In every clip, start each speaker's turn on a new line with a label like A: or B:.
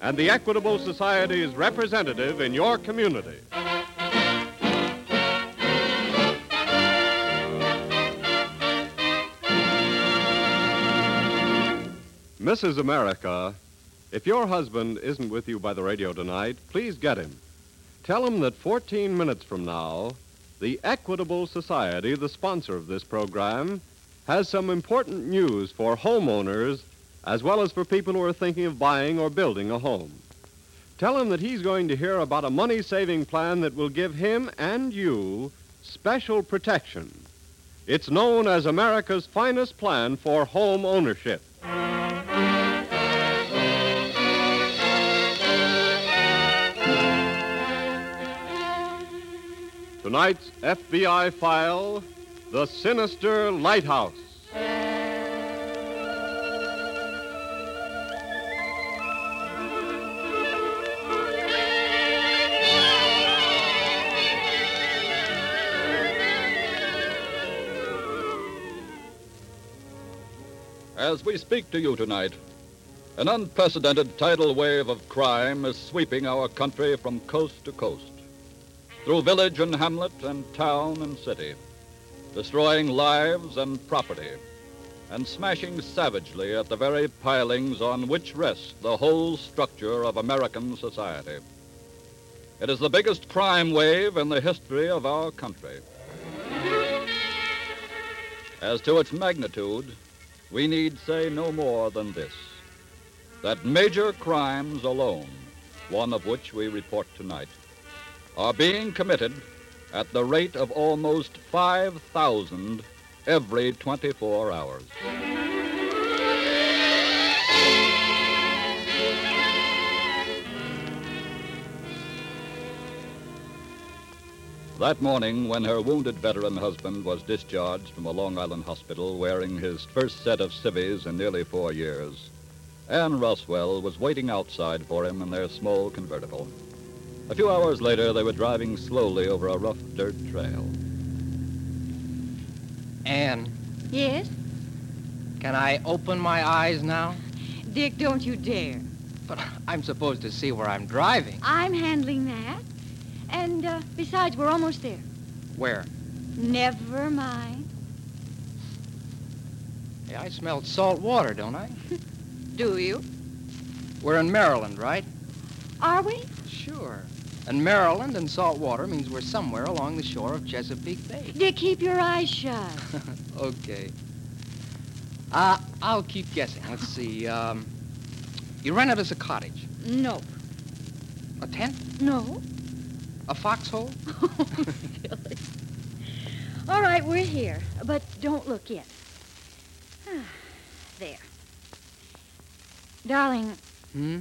A: and the Equitable Society's representative in your community. Mrs. America, if your husband isn't with you by the radio tonight, please get him. Tell him that 14 minutes from now, the Equitable Society, the sponsor of this program, has some important news for homeowners as well as for people who are thinking of buying or building a home. Tell him that he's going to hear about a money saving plan that will give him and you special protection. It's known as America's finest plan for home ownership. Tonight's FBI file The Sinister Lighthouse.
B: As we speak to you tonight, an unprecedented tidal wave of crime is sweeping our country from coast to coast, through village and hamlet and town and city, destroying lives and property, and smashing savagely at the very pilings on which rests the whole structure of American society. It is the biggest crime wave in the history of our country. As to its magnitude, we need say no more than this that major crimes alone, one of which we report tonight, are being committed at the rate of almost 5,000 every 24 hours. That morning, when her wounded veteran husband was discharged from a Long Island hospital wearing his first set of civvies in nearly four years, Anne Roswell was waiting outside for him in their small convertible. A few hours later, they were driving slowly over a rough dirt trail.
C: Anne,
D: Yes?
C: can I open my eyes now?
D: Dick, don't you dare.
C: But I'm supposed to see where I'm driving.
D: I'm handling that. And uh, besides, we're almost there.
C: Where?
D: Never mind.
C: Hey, I smelled salt water, don't I?
D: Do you?
C: We're in Maryland, right?
D: Are we?
C: Sure. And Maryland and salt water means we're somewhere along the shore of Chesapeake Bay.
D: Dick, keep your eyes shut.
C: Okay. Uh, I'll keep guessing. Let's see. Um, you rented us a cottage,
D: No.
C: a tent,
D: No?
C: a foxhole.
D: Really? All right, we're here. But don't look yet. there. Darling,
C: Hmm?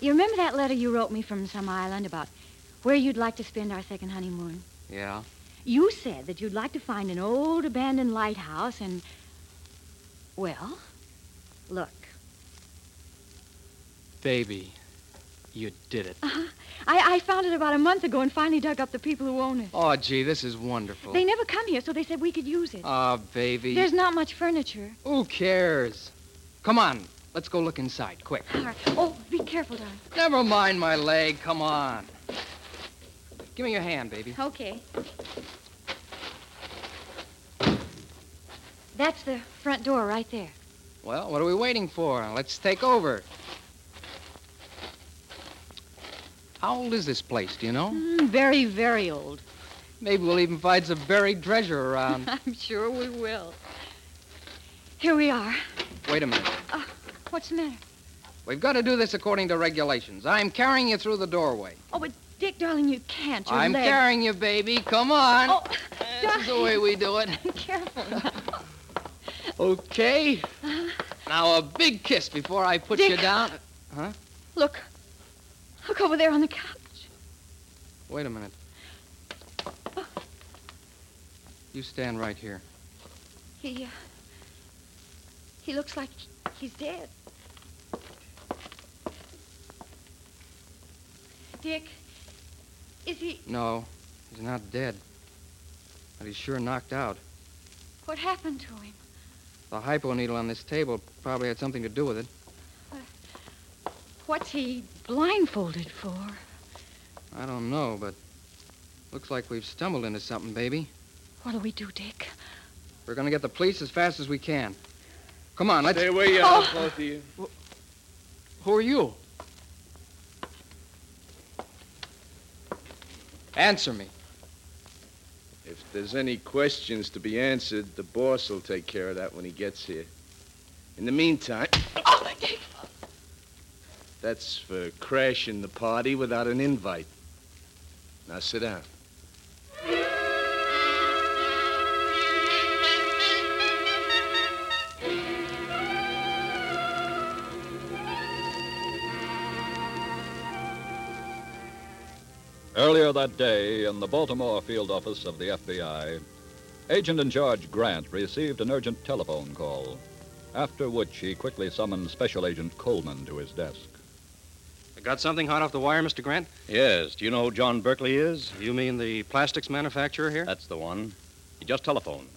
D: you remember that letter you wrote me from some island about where you'd like to spend our second honeymoon?
C: Yeah.
D: You said that you'd like to find an old abandoned lighthouse and. Well, look.
C: Baby, you did it.
D: I, I found it about a month ago and finally dug up the people who own it.
C: Oh, gee, this is wonderful.
D: They never come here, so they said we could use it.
C: Ah, baby.
D: There's not much furniture.
C: Who cares? Come on, let's go look inside, quick.
D: All right. Oh, be careful, darling.
C: Never mind my leg, come on. Give me your hand, baby.
D: Okay. That's the front door right there.
C: Well, what are we waiting for? Let's take over. How old is this place, do you know?
D: Mm, very, very old.
C: Maybe we'll even find some buried treasure around.
D: I'm sure we will. Here we are.
C: Wait a minute.
D: What's the matter?
C: We've got to do this according to regulations. I'm carrying you through the doorway.
D: Oh, but Dick, darling, you can't. Your
C: I'm
D: leg.
C: carrying you, baby. Come on.
D: Oh,
C: this is the way we do it.
D: careful.
C: Okay. Now a big kiss before I put
D: Uh. Dick.
C: you down.
D: Look. Look over there on the couch.
C: Wait a minute. You stand right here.
D: He. Uh, he looks like he's dead. Dick, is he.
C: No, he's not dead. But he's sure knocked out.
D: What happened to him?
C: The hypo needle on this table probably had something to do with it.
D: What's he blindfolded for?
C: I don't know, but looks like we've stumbled into something, baby.
D: What'll we do, Dick?
C: We're gonna get the police as fast as we can. Come on, let's. Oh.
E: Stay where you are, both of you.
C: Who are you? Answer me.
E: If there's any questions to be answered, the boss will take care of that when he gets here. In the meantime,
D: Oh, Dick!
E: that's for crashing the party without an invite. Now sit down.
B: Earlier that day, in the Baltimore field office of the FBI, Agent in Charge Grant received an urgent telephone call, after which he quickly summoned Special Agent Coleman to his desk.
F: Got something hot off the wire, Mr. Grant?
G: Yes. Do you know who John Berkeley is?
F: You mean the plastics manufacturer here?
G: That's the one. He just telephoned.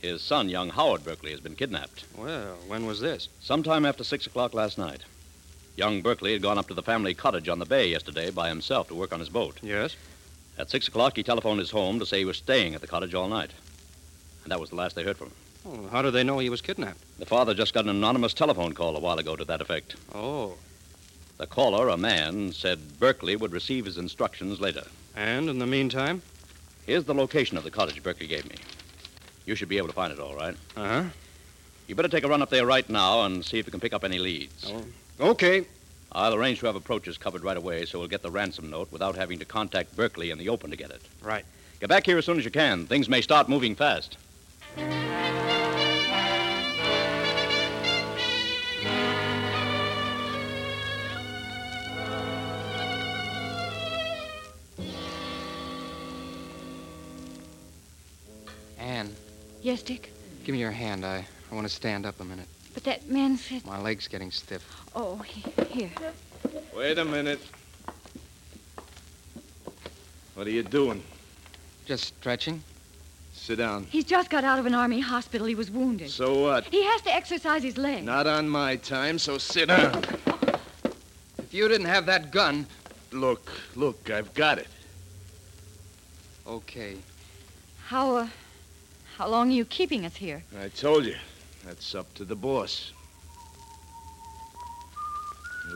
G: His son, young Howard Berkeley, has been kidnapped.
F: Well, when was this?
G: Sometime after 6 o'clock last night. Young Berkeley had gone up to the family cottage on the bay yesterday by himself to work on his boat.
F: Yes.
G: At 6 o'clock, he telephoned his home to say he was staying at the cottage all night. And that was the last they heard from him.
F: Well, Oh, how do they know he was kidnapped?
G: The father just got an anonymous telephone call a while ago to that effect.
F: Oh.
G: The caller, a man, said Berkeley would receive his instructions later.
F: And in the meantime?
G: Here's the location of the cottage Berkeley gave me. You should be able to find it, all right?
F: Uh huh.
G: You better take a run up there right now and see if you can pick up any leads.
F: Oh. Okay.
G: I'll arrange to have approaches covered right away so we'll get the ransom note without having to contact Berkeley in the open to get it.
F: Right.
G: Get back here as soon as you can. Things may start moving fast.
C: Anne,
D: Yes, Dick.
C: give me your hand. I, I want to stand up a minute.
D: But that man said.
C: My leg's getting stiff.
D: Oh, he, here.
E: Wait a minute. What are you doing?
C: Just stretching?
E: Sit down.
D: He's just got out of an army hospital. He was wounded.
E: So what?
D: He has to exercise his leg.
E: Not on my time, so sit down.
C: If you didn't have that gun.
E: Look, look, I've got it.
C: Okay.
D: How, uh, how long are you keeping us here?
E: I told you. That's up to the boss.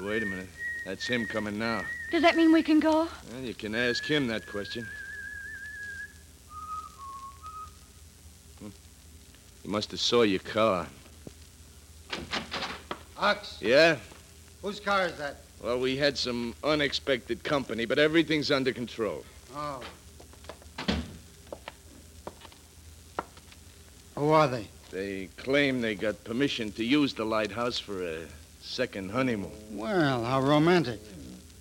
E: Wait a minute. That's him coming now.
D: Does that mean we can go?
E: Well, you can ask him that question. Hmm. He must have saw your car.
H: Ox,
E: Yeah?
H: whose car is that?
E: Well, we had some unexpected company, but everything's under control.
H: Oh. Who are they?
E: They claim they got permission to use the lighthouse for a second honeymoon.
H: Well, how romantic.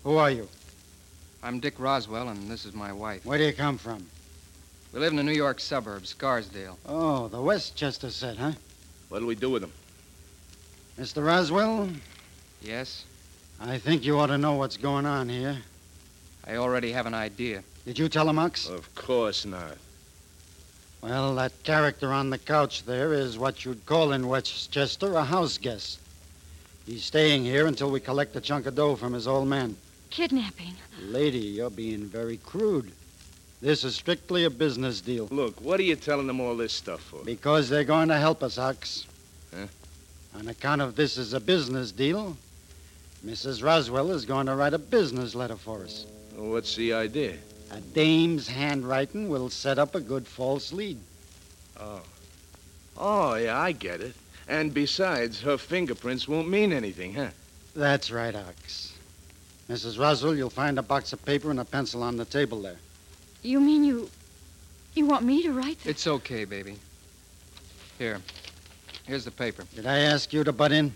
H: Who are you?
C: I'm Dick Roswell, and this is my wife.
H: Where do you come from?
C: We live in the New York suburb, Scarsdale.
H: Oh, the Westchester set, huh?
E: What'll we do with him?
H: Mr. Roswell,
C: Yes?
H: I think you ought to know what's going on here.
C: I already have an idea.
H: Did you tell him, Ox?
E: Of course not.
H: Well, that character on the couch there is what you'd call in Westchester a house guest. He's staying here until we collect a chunk of dough from his old man.
D: Kidnapping.
H: Lady, you're being very crude. This is strictly a business deal.
E: Look, what are you telling them all this stuff for?
H: Because they're going to help us, Ox.
E: Huh?
H: On account of this is a business deal, Mrs. Roswell is going to write a business letter for us.
E: What's the idea?
H: A dame's handwriting will set up a good false lead.
E: Oh. Oh, yeah, I get it. And besides, her fingerprints won't mean anything, huh?
H: That's right, Ox. Mrs. Roswell, you'll find a box of paper and a pencil on the table there.
D: You mean you. You want me to write this?
C: It's okay, baby. Here. Here's the paper.
H: Did I ask you to butt in?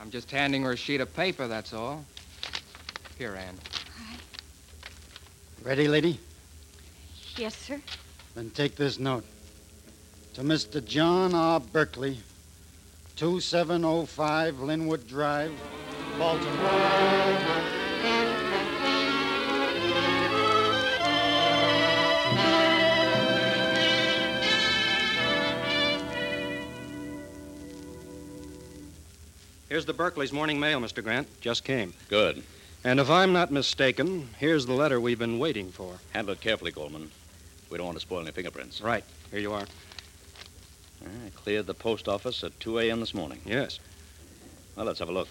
C: I'm just handing her a sheet of paper, that's all. Here, Anne.
H: Ready, lady?
D: Yes, sir.
H: Then take this note. To Mr. John R. Berkeley, 2705 Linwood Drive, Baltimore.
I: Here's the Berkeley's morning mail, Mr. Grant. Just came.
B: Good.
I: And if I'm not mistaken, here's the letter we've been waiting for.
B: Handle it carefully, Coleman. We don't want to spoil any fingerprints.
I: Right. Here you are.
B: I cleared the post office at 2 a.m. this morning.
I: Yes.
B: Well, let's have a look.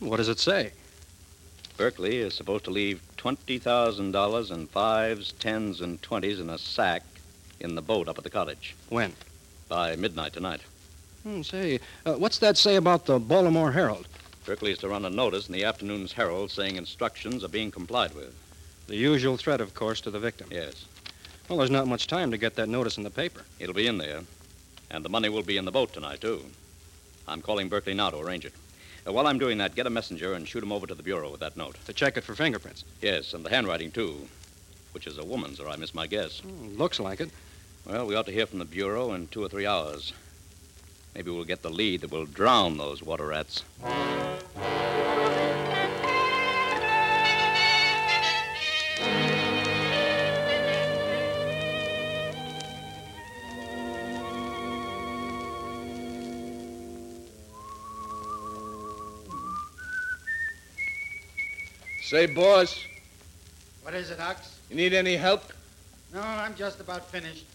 I: What does it say?
B: Berkeley is supposed to leave $20,000 in fives, tens, and twenties in a sack in the boat up at the cottage.
I: When?
B: By midnight tonight.
I: Hmm, say, uh, what's that say about the Baltimore Herald?
B: Berkeley is to run a notice in the afternoon's Herald saying instructions are being complied with.
I: The usual threat, of course, to the victim.
B: Yes.
I: Well, there's not much time to get that notice in the paper.
B: It'll be in there. And the money will be in the boat tonight, too. I'm calling Berkeley now to arrange it. Uh, while I'm doing that, get a messenger and shoot him over to the Bureau with that note.
I: To check it for fingerprints.
B: Yes, and the handwriting, too, which is a woman's, or I miss my guess.
I: Hmm, looks like it.
B: Well, we ought to hear from the Bureau in two or three hours. Maybe we'll get the lead that will drown those water rats.
E: Say, boss,
H: What is it, Ox?
E: you need any help?
H: No, I'm just about finished.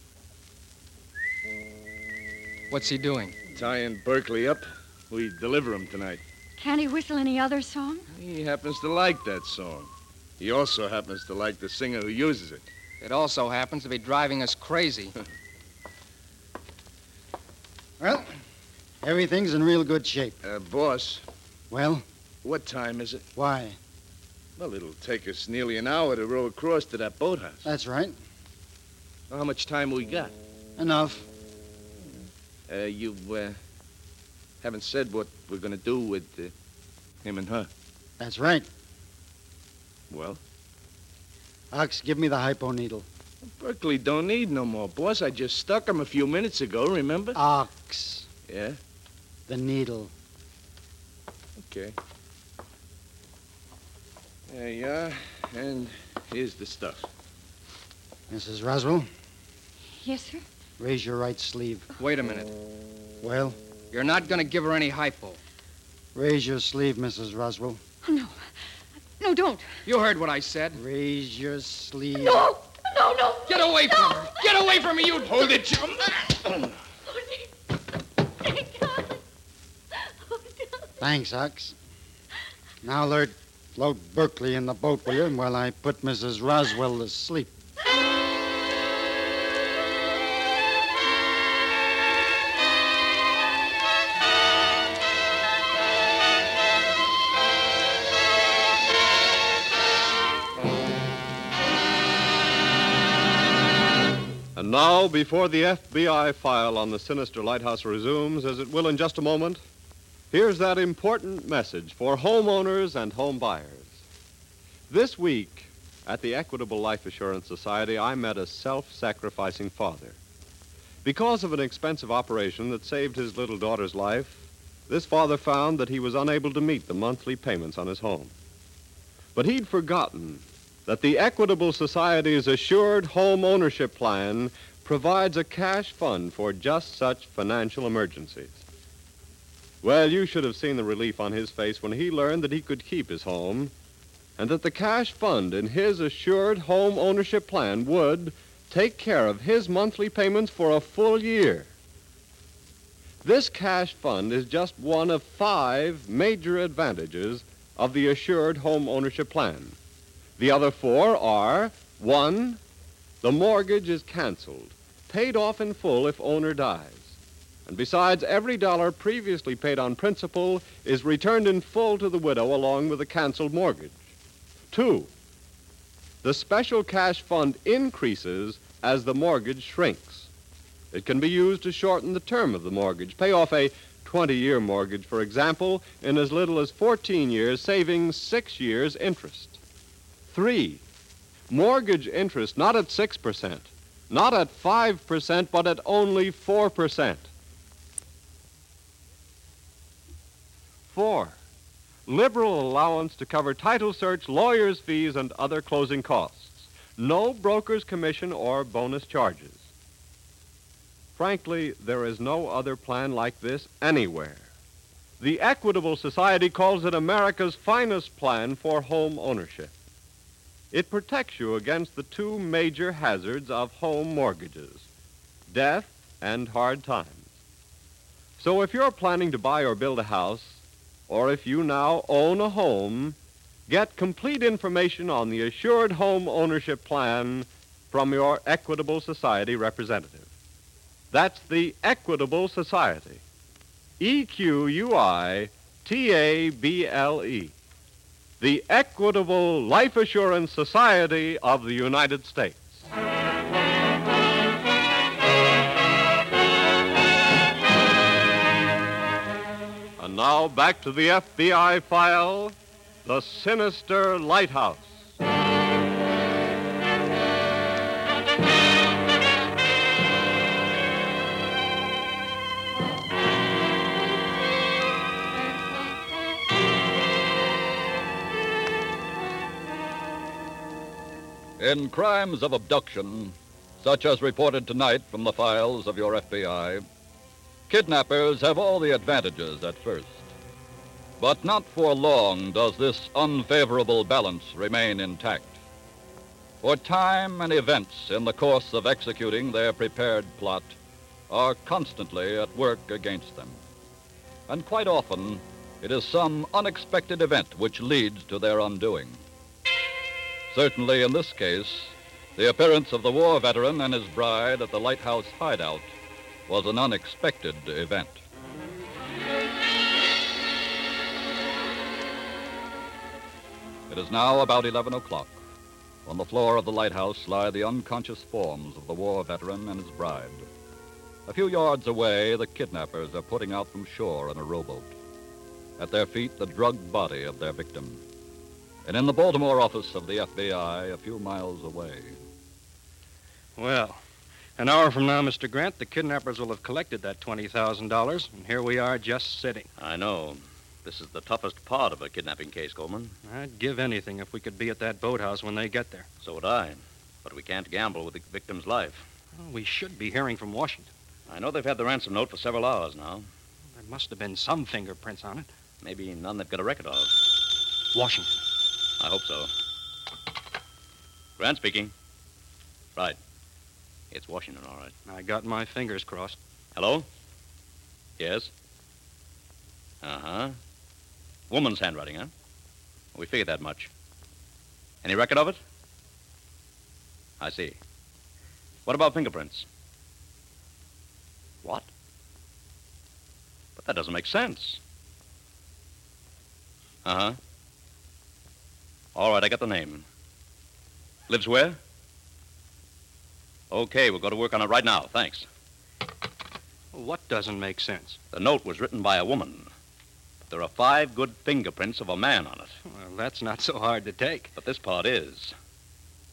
C: What's he doing?
E: Tying Berkeley up. We deliver him tonight.
D: Can't he whistle any other song?
E: He happens to like that song. He also happens to like the singer who uses it.
C: It also happens to be driving us crazy.
H: Well, everything's in real good shape.
E: Uh, boss,
H: Well,
E: what time is it?
H: why?
E: Well, it'll take us nearly an hour to row across to that boathouse.
H: That's right.
E: How much time we got?
H: Enough.
E: Uh, you uh, haven't said what we're going to do with uh, him and her.
H: That's right.
E: Well,
H: Ox, give me the hypo needle.
E: Berkeley don't need no more, boss. I just stuck him a few minutes ago, remember?
H: Ox,
E: yeah,
H: the needle.
E: okay. There you are. And here's the stuff.
H: Mrs. Roswell,
D: Yes, sir.
H: raise your right sleeve.
C: Wait a minute.
H: Well,
C: You're not going to give her any hypo.
H: raise your sleeve, Mrs. Roswell.
D: No, don't.
C: You heard what I said.
H: Raise your sleeve.
D: No, no, no.
C: Get away from her! Get away from me, you... Hold it, you...
H: Thanks, Ox. Now, Lord, load Berkeley in the boat with you while I put Mrs. Roswell to sleep.
A: And now, before the FBI file on the sinister lighthouse resumes, as it will in just a moment, here's that important message for homeowners and home buyers. This week, at the Equitable Life Assurance Society, I met a self sacrificing father. Because of an expensive operation that saved his little daughter's life, this father found that he was unable to meet the monthly payments on his home. But he'd forgotten that the Equitable Society's Assured Home Ownership Plan provides a cash fund for just such financial emergencies. Well, you should have seen the relief on his face when he learned that he could keep his home and that the cash fund in his Assured Home Ownership Plan would take care of his monthly payments for a full year. This cash fund is just one of five major advantages of the Assured Home Ownership Plan. The other four are one, the mortgage is canceled, paid off in full if owner dies. And besides, every dollar previously paid on principal is returned in full to the widow along with the canceled mortgage. Two, the special cash fund increases as the mortgage shrinks. It can be used to shorten the term of the mortgage, pay off a 20 year mortgage, for example, in as little as 14 years, saving six years' interest. Three, mortgage interest not at 6%, not at 5%, but at only 4%. Four, liberal allowance to cover title search, lawyer's fees, and other closing costs. No broker's commission or bonus charges. Frankly, there is no other plan like this anywhere. The Equitable Society calls it America's finest plan for home ownership. It protects you against the two major hazards of home mortgages death and hard times. So if you're planning to buy or build a house, or if you now own a home, get complete information on the Assured Home Ownership Plan from your Equitable Society representative. That's the Equitable Society. E Q U I T A B L E. The Equitable Life Assurance Society of the United States. And now back to the FBI file The Sinister Lighthouse.
B: In crimes of abduction, such as reported tonight from the files of your FBI, kidnappers have all the advantages at first. But not for long does this unfavorable balance remain intact. For time and events in the course of executing their prepared plot are constantly at work against them. And quite often, it is some unexpected event which leads to their undoing. Certainly, in this case, the appearance of the war veteran and his bride at the lighthouse hideout was an unexpected event. It is now about 11 o'clock. On the floor of the lighthouse lie the unconscious forms of the war veteran and his bride. A few yards away, the kidnappers are putting out from shore in a rowboat. At their feet, the drugged body of their victim. And in the Baltimore office of the FBI, a few miles away,
F: Well, an hour from now, Mr. Grant, the kidnappers will have collected that $20,000, and here we are just sitting.
G: I know. This is the toughest part of a kidnapping case, Coleman.
F: I'd give anything if we could be at that boathouse when they get there.
G: So would I. But we can't gamble with the victim's life.
F: Well, we should be hearing from Washington.
G: I know they've had the ransom note for several hours now.
F: There must have been some fingerprints on it.
G: Maybe none they've got a record of.
F: Washington.
G: I hope so. Grant speaking. Right. It's Washington, all right.
F: I got my fingers crossed.
G: Hello? Yes? Uh huh. Woman's handwriting, huh? We figured that much. Any record of it? I see. What about fingerprints? What? But that doesn't make sense. Uh huh. All right, I got the name. Lives where? Okay, we'll go to work on it right now. Thanks.
F: What doesn't make sense?
G: The note was written by a woman. But there are five good fingerprints of a man on it,
F: Well, that's not so hard to take.
G: but this part is.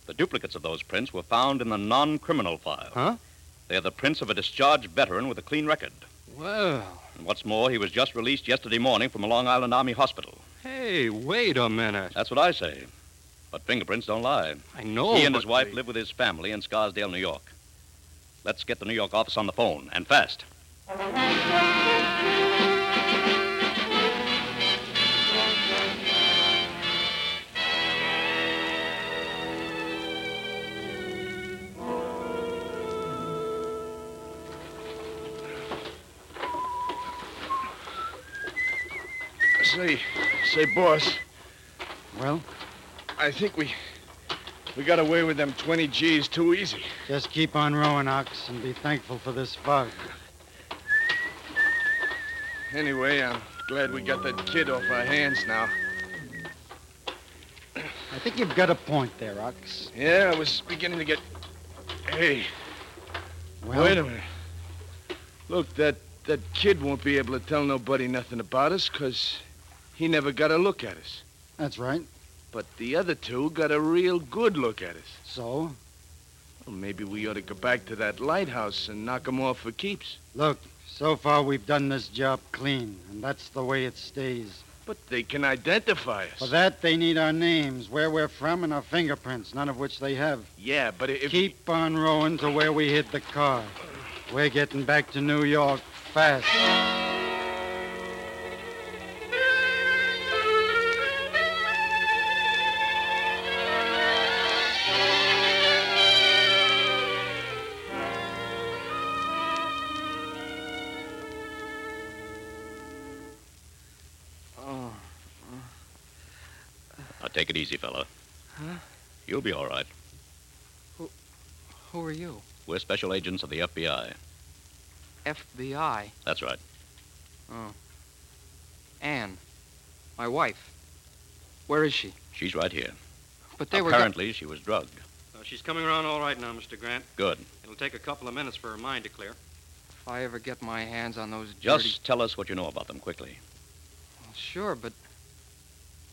G: The duplicates of those prints were found in the non criminal file.
F: Huh?
G: They are the prints of a discharged veteran with a clean record.
F: Well,
G: And what's more, he was just released yesterday morning from a Long Island Army hospital.
F: hey, wait a minute.
G: That's what I say. But fingerprints don't lie.
F: I know.
G: he and
F: but
G: his wife
F: they-
G: live with his family in Scarsdale, New York. Let's get the New York office on the phone, and fast.
E: Say, say, boss,
H: Well,
E: I think we we got away with them 20 G's too easy.
H: just keep on rowing, Ox, and be thankful for this fog.
E: Anyway, I'm glad we got that kid off our hands now.
H: I think you've got a point there, Ox.
E: Yeah, I was beginning to get. Hey,
H: Well,
E: wait a minute. Look, that that kid won't be able to tell nobody nothing about us because he never got a look at us.
H: That's right.
E: But the other two got a real good look at us.
H: So,
E: Well, maybe we ought to go back to that lighthouse and knock 'em off for keeps.
H: look, so far we've done this job clean, and that's the way it stays.
E: But they can identify us.
H: For that, they need our names, where we're from, and our fingerprints, none of which they have.
E: yeah, but if
H: Keep on rowing to where we hid the car. We're getting back to New York fast.
C: Oh,
A: Now, take it easy, fella.
C: Huh?
A: You'll be all right.
C: who are you?
A: We're special agents of the FBI.
C: FBI.
A: That's right.
C: Anne, my wife. Where is she?
A: She's right here.
C: But they were. go-
A: Apparently, she was drugged.
J: Uh, she's coming around all right now, Mr. Grant.
A: Good.
J: It'll take a couple of minutes for her mind to clear.
C: If I ever get my hands on those
A: Just
C: dirty.
A: tell us what you know about them quickly.
C: Well, Sure, but.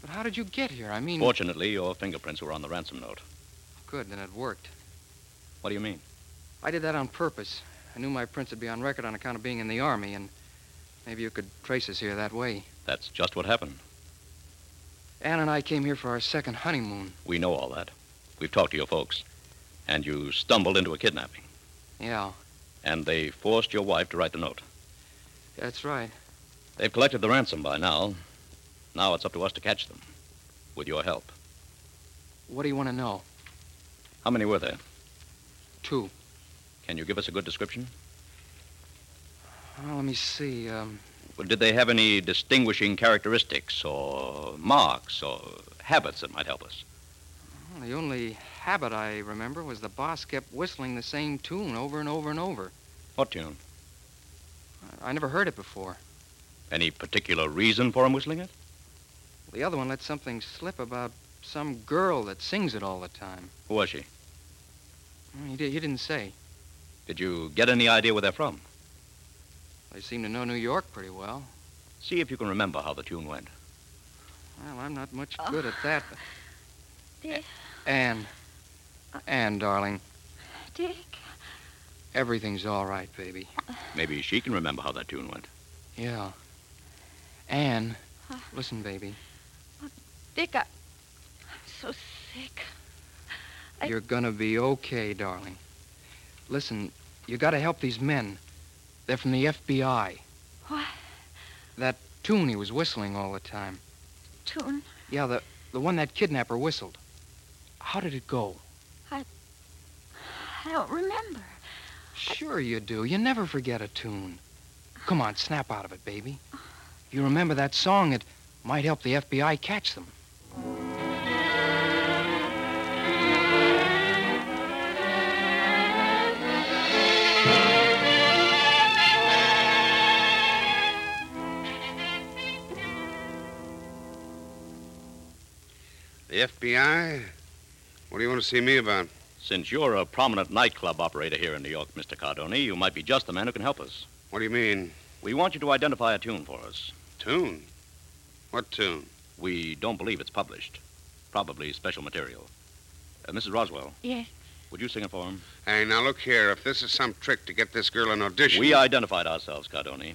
C: But how did you get here? I mean.
A: Fortunately, your fingerprints were on the ransom note.
C: Good, then it worked.
A: What do you mean?
C: I did that on purpose. I knew my prints would be on record on account of being in the Army, and maybe you could trace us here that way.
A: That's just what happened.
C: Anne and I came here for our second honeymoon.
A: We know all that. We've talked to your folks. And you stumbled into a kidnapping.
C: Yeah,
A: And they forced your wife to write the note.
C: that's right.
A: They've collected the ransom by now. Now it's up to us to catch them. With your help.
C: What do you want to know?
A: How many were there?
C: Two.
A: Can you give us a good description?
C: Well, let me see. Um,
A: Well, did they have any distinguishing characteristics or marks or habits that might help us?
C: well, the only habit I remember was the boss kept whistling the same tune over and over and over.
A: What tune?
C: I, I never heard it before.
A: Any particular reason for him whistling it?
C: The other one let something slip about some girl that sings it all the time.
A: Who was she?
C: Well, He, di- he didn't say.
A: Did you get any idea where they're from?
C: They seem to know New York pretty well.
A: See if you can remember how the tune went.
C: Well, I'm not much
D: Oh.
C: good at that.
D: Dick.
C: Anne. Anne, darling,
D: Dick.
C: everything's all right, baby.
A: Maybe she can remember how that tune went.
C: Yeah. Anne,
D: Huh?
C: listen, baby.
D: Dick, I... I'm so sick. I-
C: You're gonna be okay, darling. Listen, you gotta help these men. They're from the FBI.
D: What?
C: That tune he was whistling all the time.
D: Tune.
C: Yeah, the, the one that kidnapper whistled. How did it go?
D: I don't remember.
C: Sure you do. You never forget a tune. Come on, snap out of it, baby. You remember that song, it might help the FBI catch them.
K: The FBI? What do you want to see me about?
A: Since you're a prominent nightclub operator here in New York, Mr. Cardoni, you might be just the man who can help us.
K: What do you mean?
A: We want you to identify a tune for us.
K: Tune? What tune?
A: We don't believe it's published. Probably special material. Uh, Mrs. Roswell,
D: Yes.
A: would you sing it for him?
K: Hey, now look here. If this is some trick to get this girl an audition.
A: We identified ourselves, Cardoni,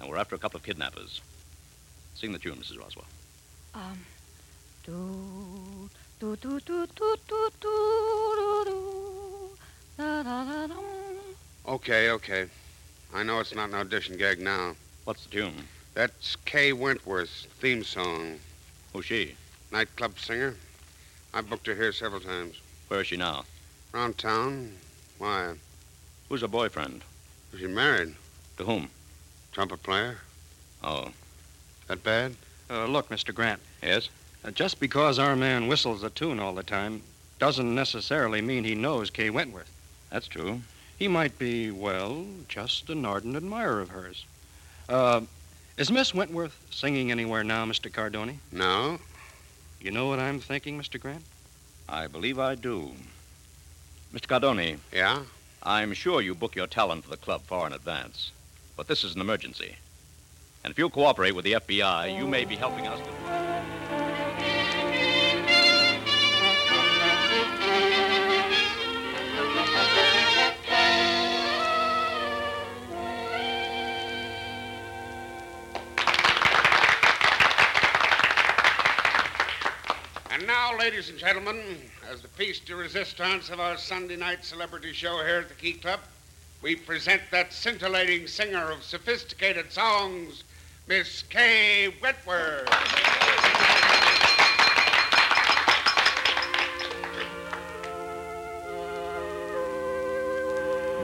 A: and we're after a couple of kidnappers. Sing the tune, Mrs. Roswell.
D: Um. Do do do do do do do do do. Da da da dum.
K: Okay, okay. I know it's not an audition gag now.
A: What's the tune?
K: That's Kay Wentworth's theme song,
A: Who's she?
K: nightclub singer. I booked her here several times.
A: Where is she now?
K: Around town. Why?
A: Who's her boyfriend?
K: Is she married?
A: To whom?
K: Trumpet player?
A: Oh,
K: That bad?
J: Uh, look, Mr. Grant,
A: yes?
J: uh, just because our man whistles a tune all the time doesn't necessarily mean he knows Kay Wentworth.
A: That's true.
J: He might be, well, just an ardent admirer of hers. Uh, is Miss Wentworth singing anywhere now, Mr. Cardoni?
K: No.
J: You know what I'm thinking, Mr. Grant?
A: I believe I do. Mr. Cardoni,
K: Yeah?
A: I'm sure you book your talent for the club far in advance.
G: But this is an emergency. And if you'll cooperate with the FBI, you may be helping us to.
L: And now, ladies and gentlemen, as the piece de resistance of our Sunday night celebrity show here at the Key Club, we present that scintillating singer of sophisticated songs, Miss Kay Wetworth.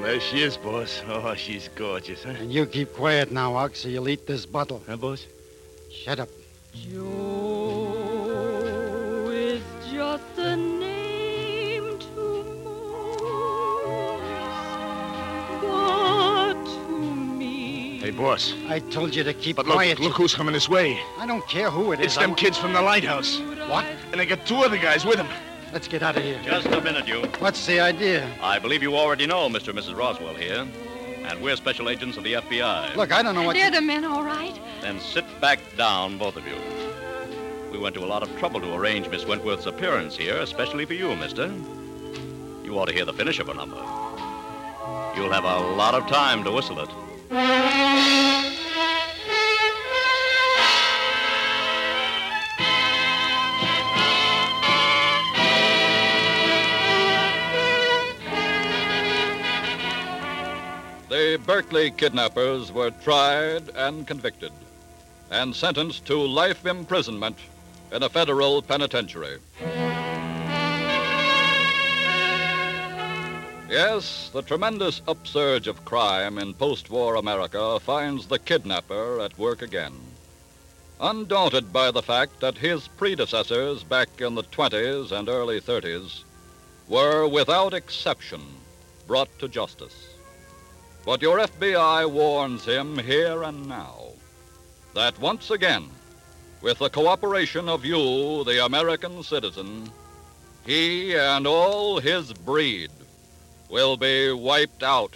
M: There she is, boss. Oh, she's gorgeous, huh?
H: And you keep quiet now, Ox, or you'll eat this bottle.
M: Huh, boss?
H: Shut up.
D: Joe is just a name to most, but to me.
M: Hey, boss.
H: I told you to keep
M: But look,
H: quiet.
M: look who's coming this way.
H: I don't care who it is.
M: It's
H: I
M: them
H: want-
M: kids from the lighthouse.
D: What?
M: And they got two other guys with them.
H: Let's get out of here.
G: Just a minute, you.
H: What's the idea?
G: I believe you already know Mr. and Mrs. Roswell here. And we're special agents of the FBI.
H: Look, I don't know what.
D: They're the men, all right.
G: Then sit back down, both of you. We went to a lot of trouble to arrange Miss Wentworth's appearance here, especially for you, mister. You ought to hear the finish of her number. You'll have a lot of time to whistle it.
B: The Berkeley kidnappers were tried and convicted and sentenced to life imprisonment in a federal penitentiary. Yes, the tremendous upsurge of crime in post war America finds the kidnapper at work again. Undaunted by the fact that his predecessors back in the 20s and early 30s were, without exception, brought to justice. But your FBI warns him here and now that once again, with the cooperation of you, the American citizen, he and all his breed will be wiped out.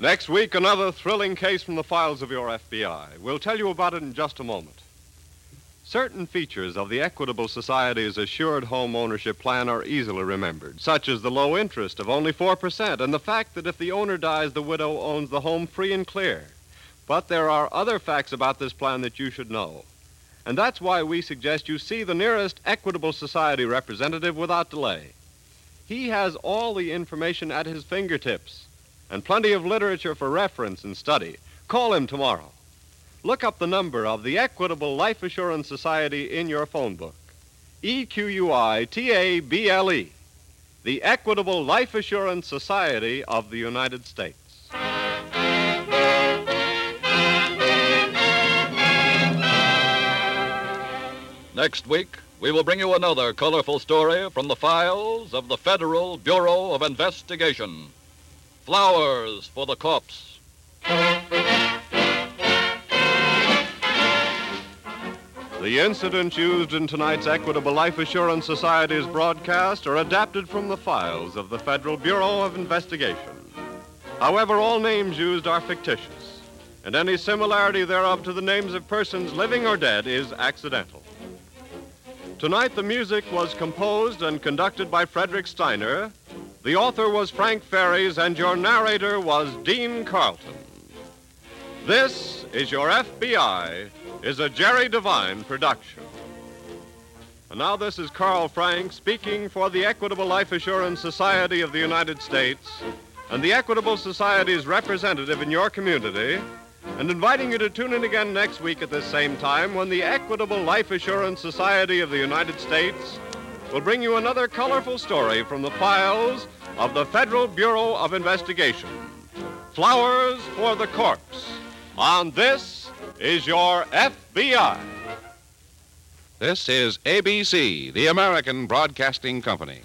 A: Next week, another thrilling case from the files of your FBI. We'll tell you about it in just a moment. Certain features of the Equitable Society's assured home ownership plan are easily remembered, such as the low interest of only 4% and the fact that if the owner dies, the widow owns the home free and clear. But there are other facts about this plan that you should know. And that's why we suggest you see the nearest Equitable Society representative without delay. He has all the information at his fingertips and plenty of literature for reference and study. Call him tomorrow. Look up the number of the Equitable Life Assurance Society in your phone book E Q U I T A B L E, the Equitable Life Assurance Society of the United States.
B: Next week, we will bring you another colorful story from the files of the Federal Bureau of Investigation Flowers for the Corpse.
A: The incidents used in tonight's Equitable Life Assurance Society's broadcast are adapted from the files of the Federal Bureau of Investigation. However, all names used are fictitious, and any similarity thereof to the names of persons living or dead is accidental. Tonight, the music was composed and conducted by Frederick Steiner. The author was Frank Ferries, and your narrator was Dean Carlton. This is your FBI is a Jerry Devine production. And now this is Carl Frank speaking for the Equitable Life Assurance Society of the United States and the Equitable Society's representative in your community and inviting you to tune in again next week at this same time when the Equitable Life Assurance Society of the United States will bring you another colorful story from the files of the Federal Bureau of Investigation. Flowers for the Corpse. On this is your FBI.
N: This is ABC, the American Broadcasting Company.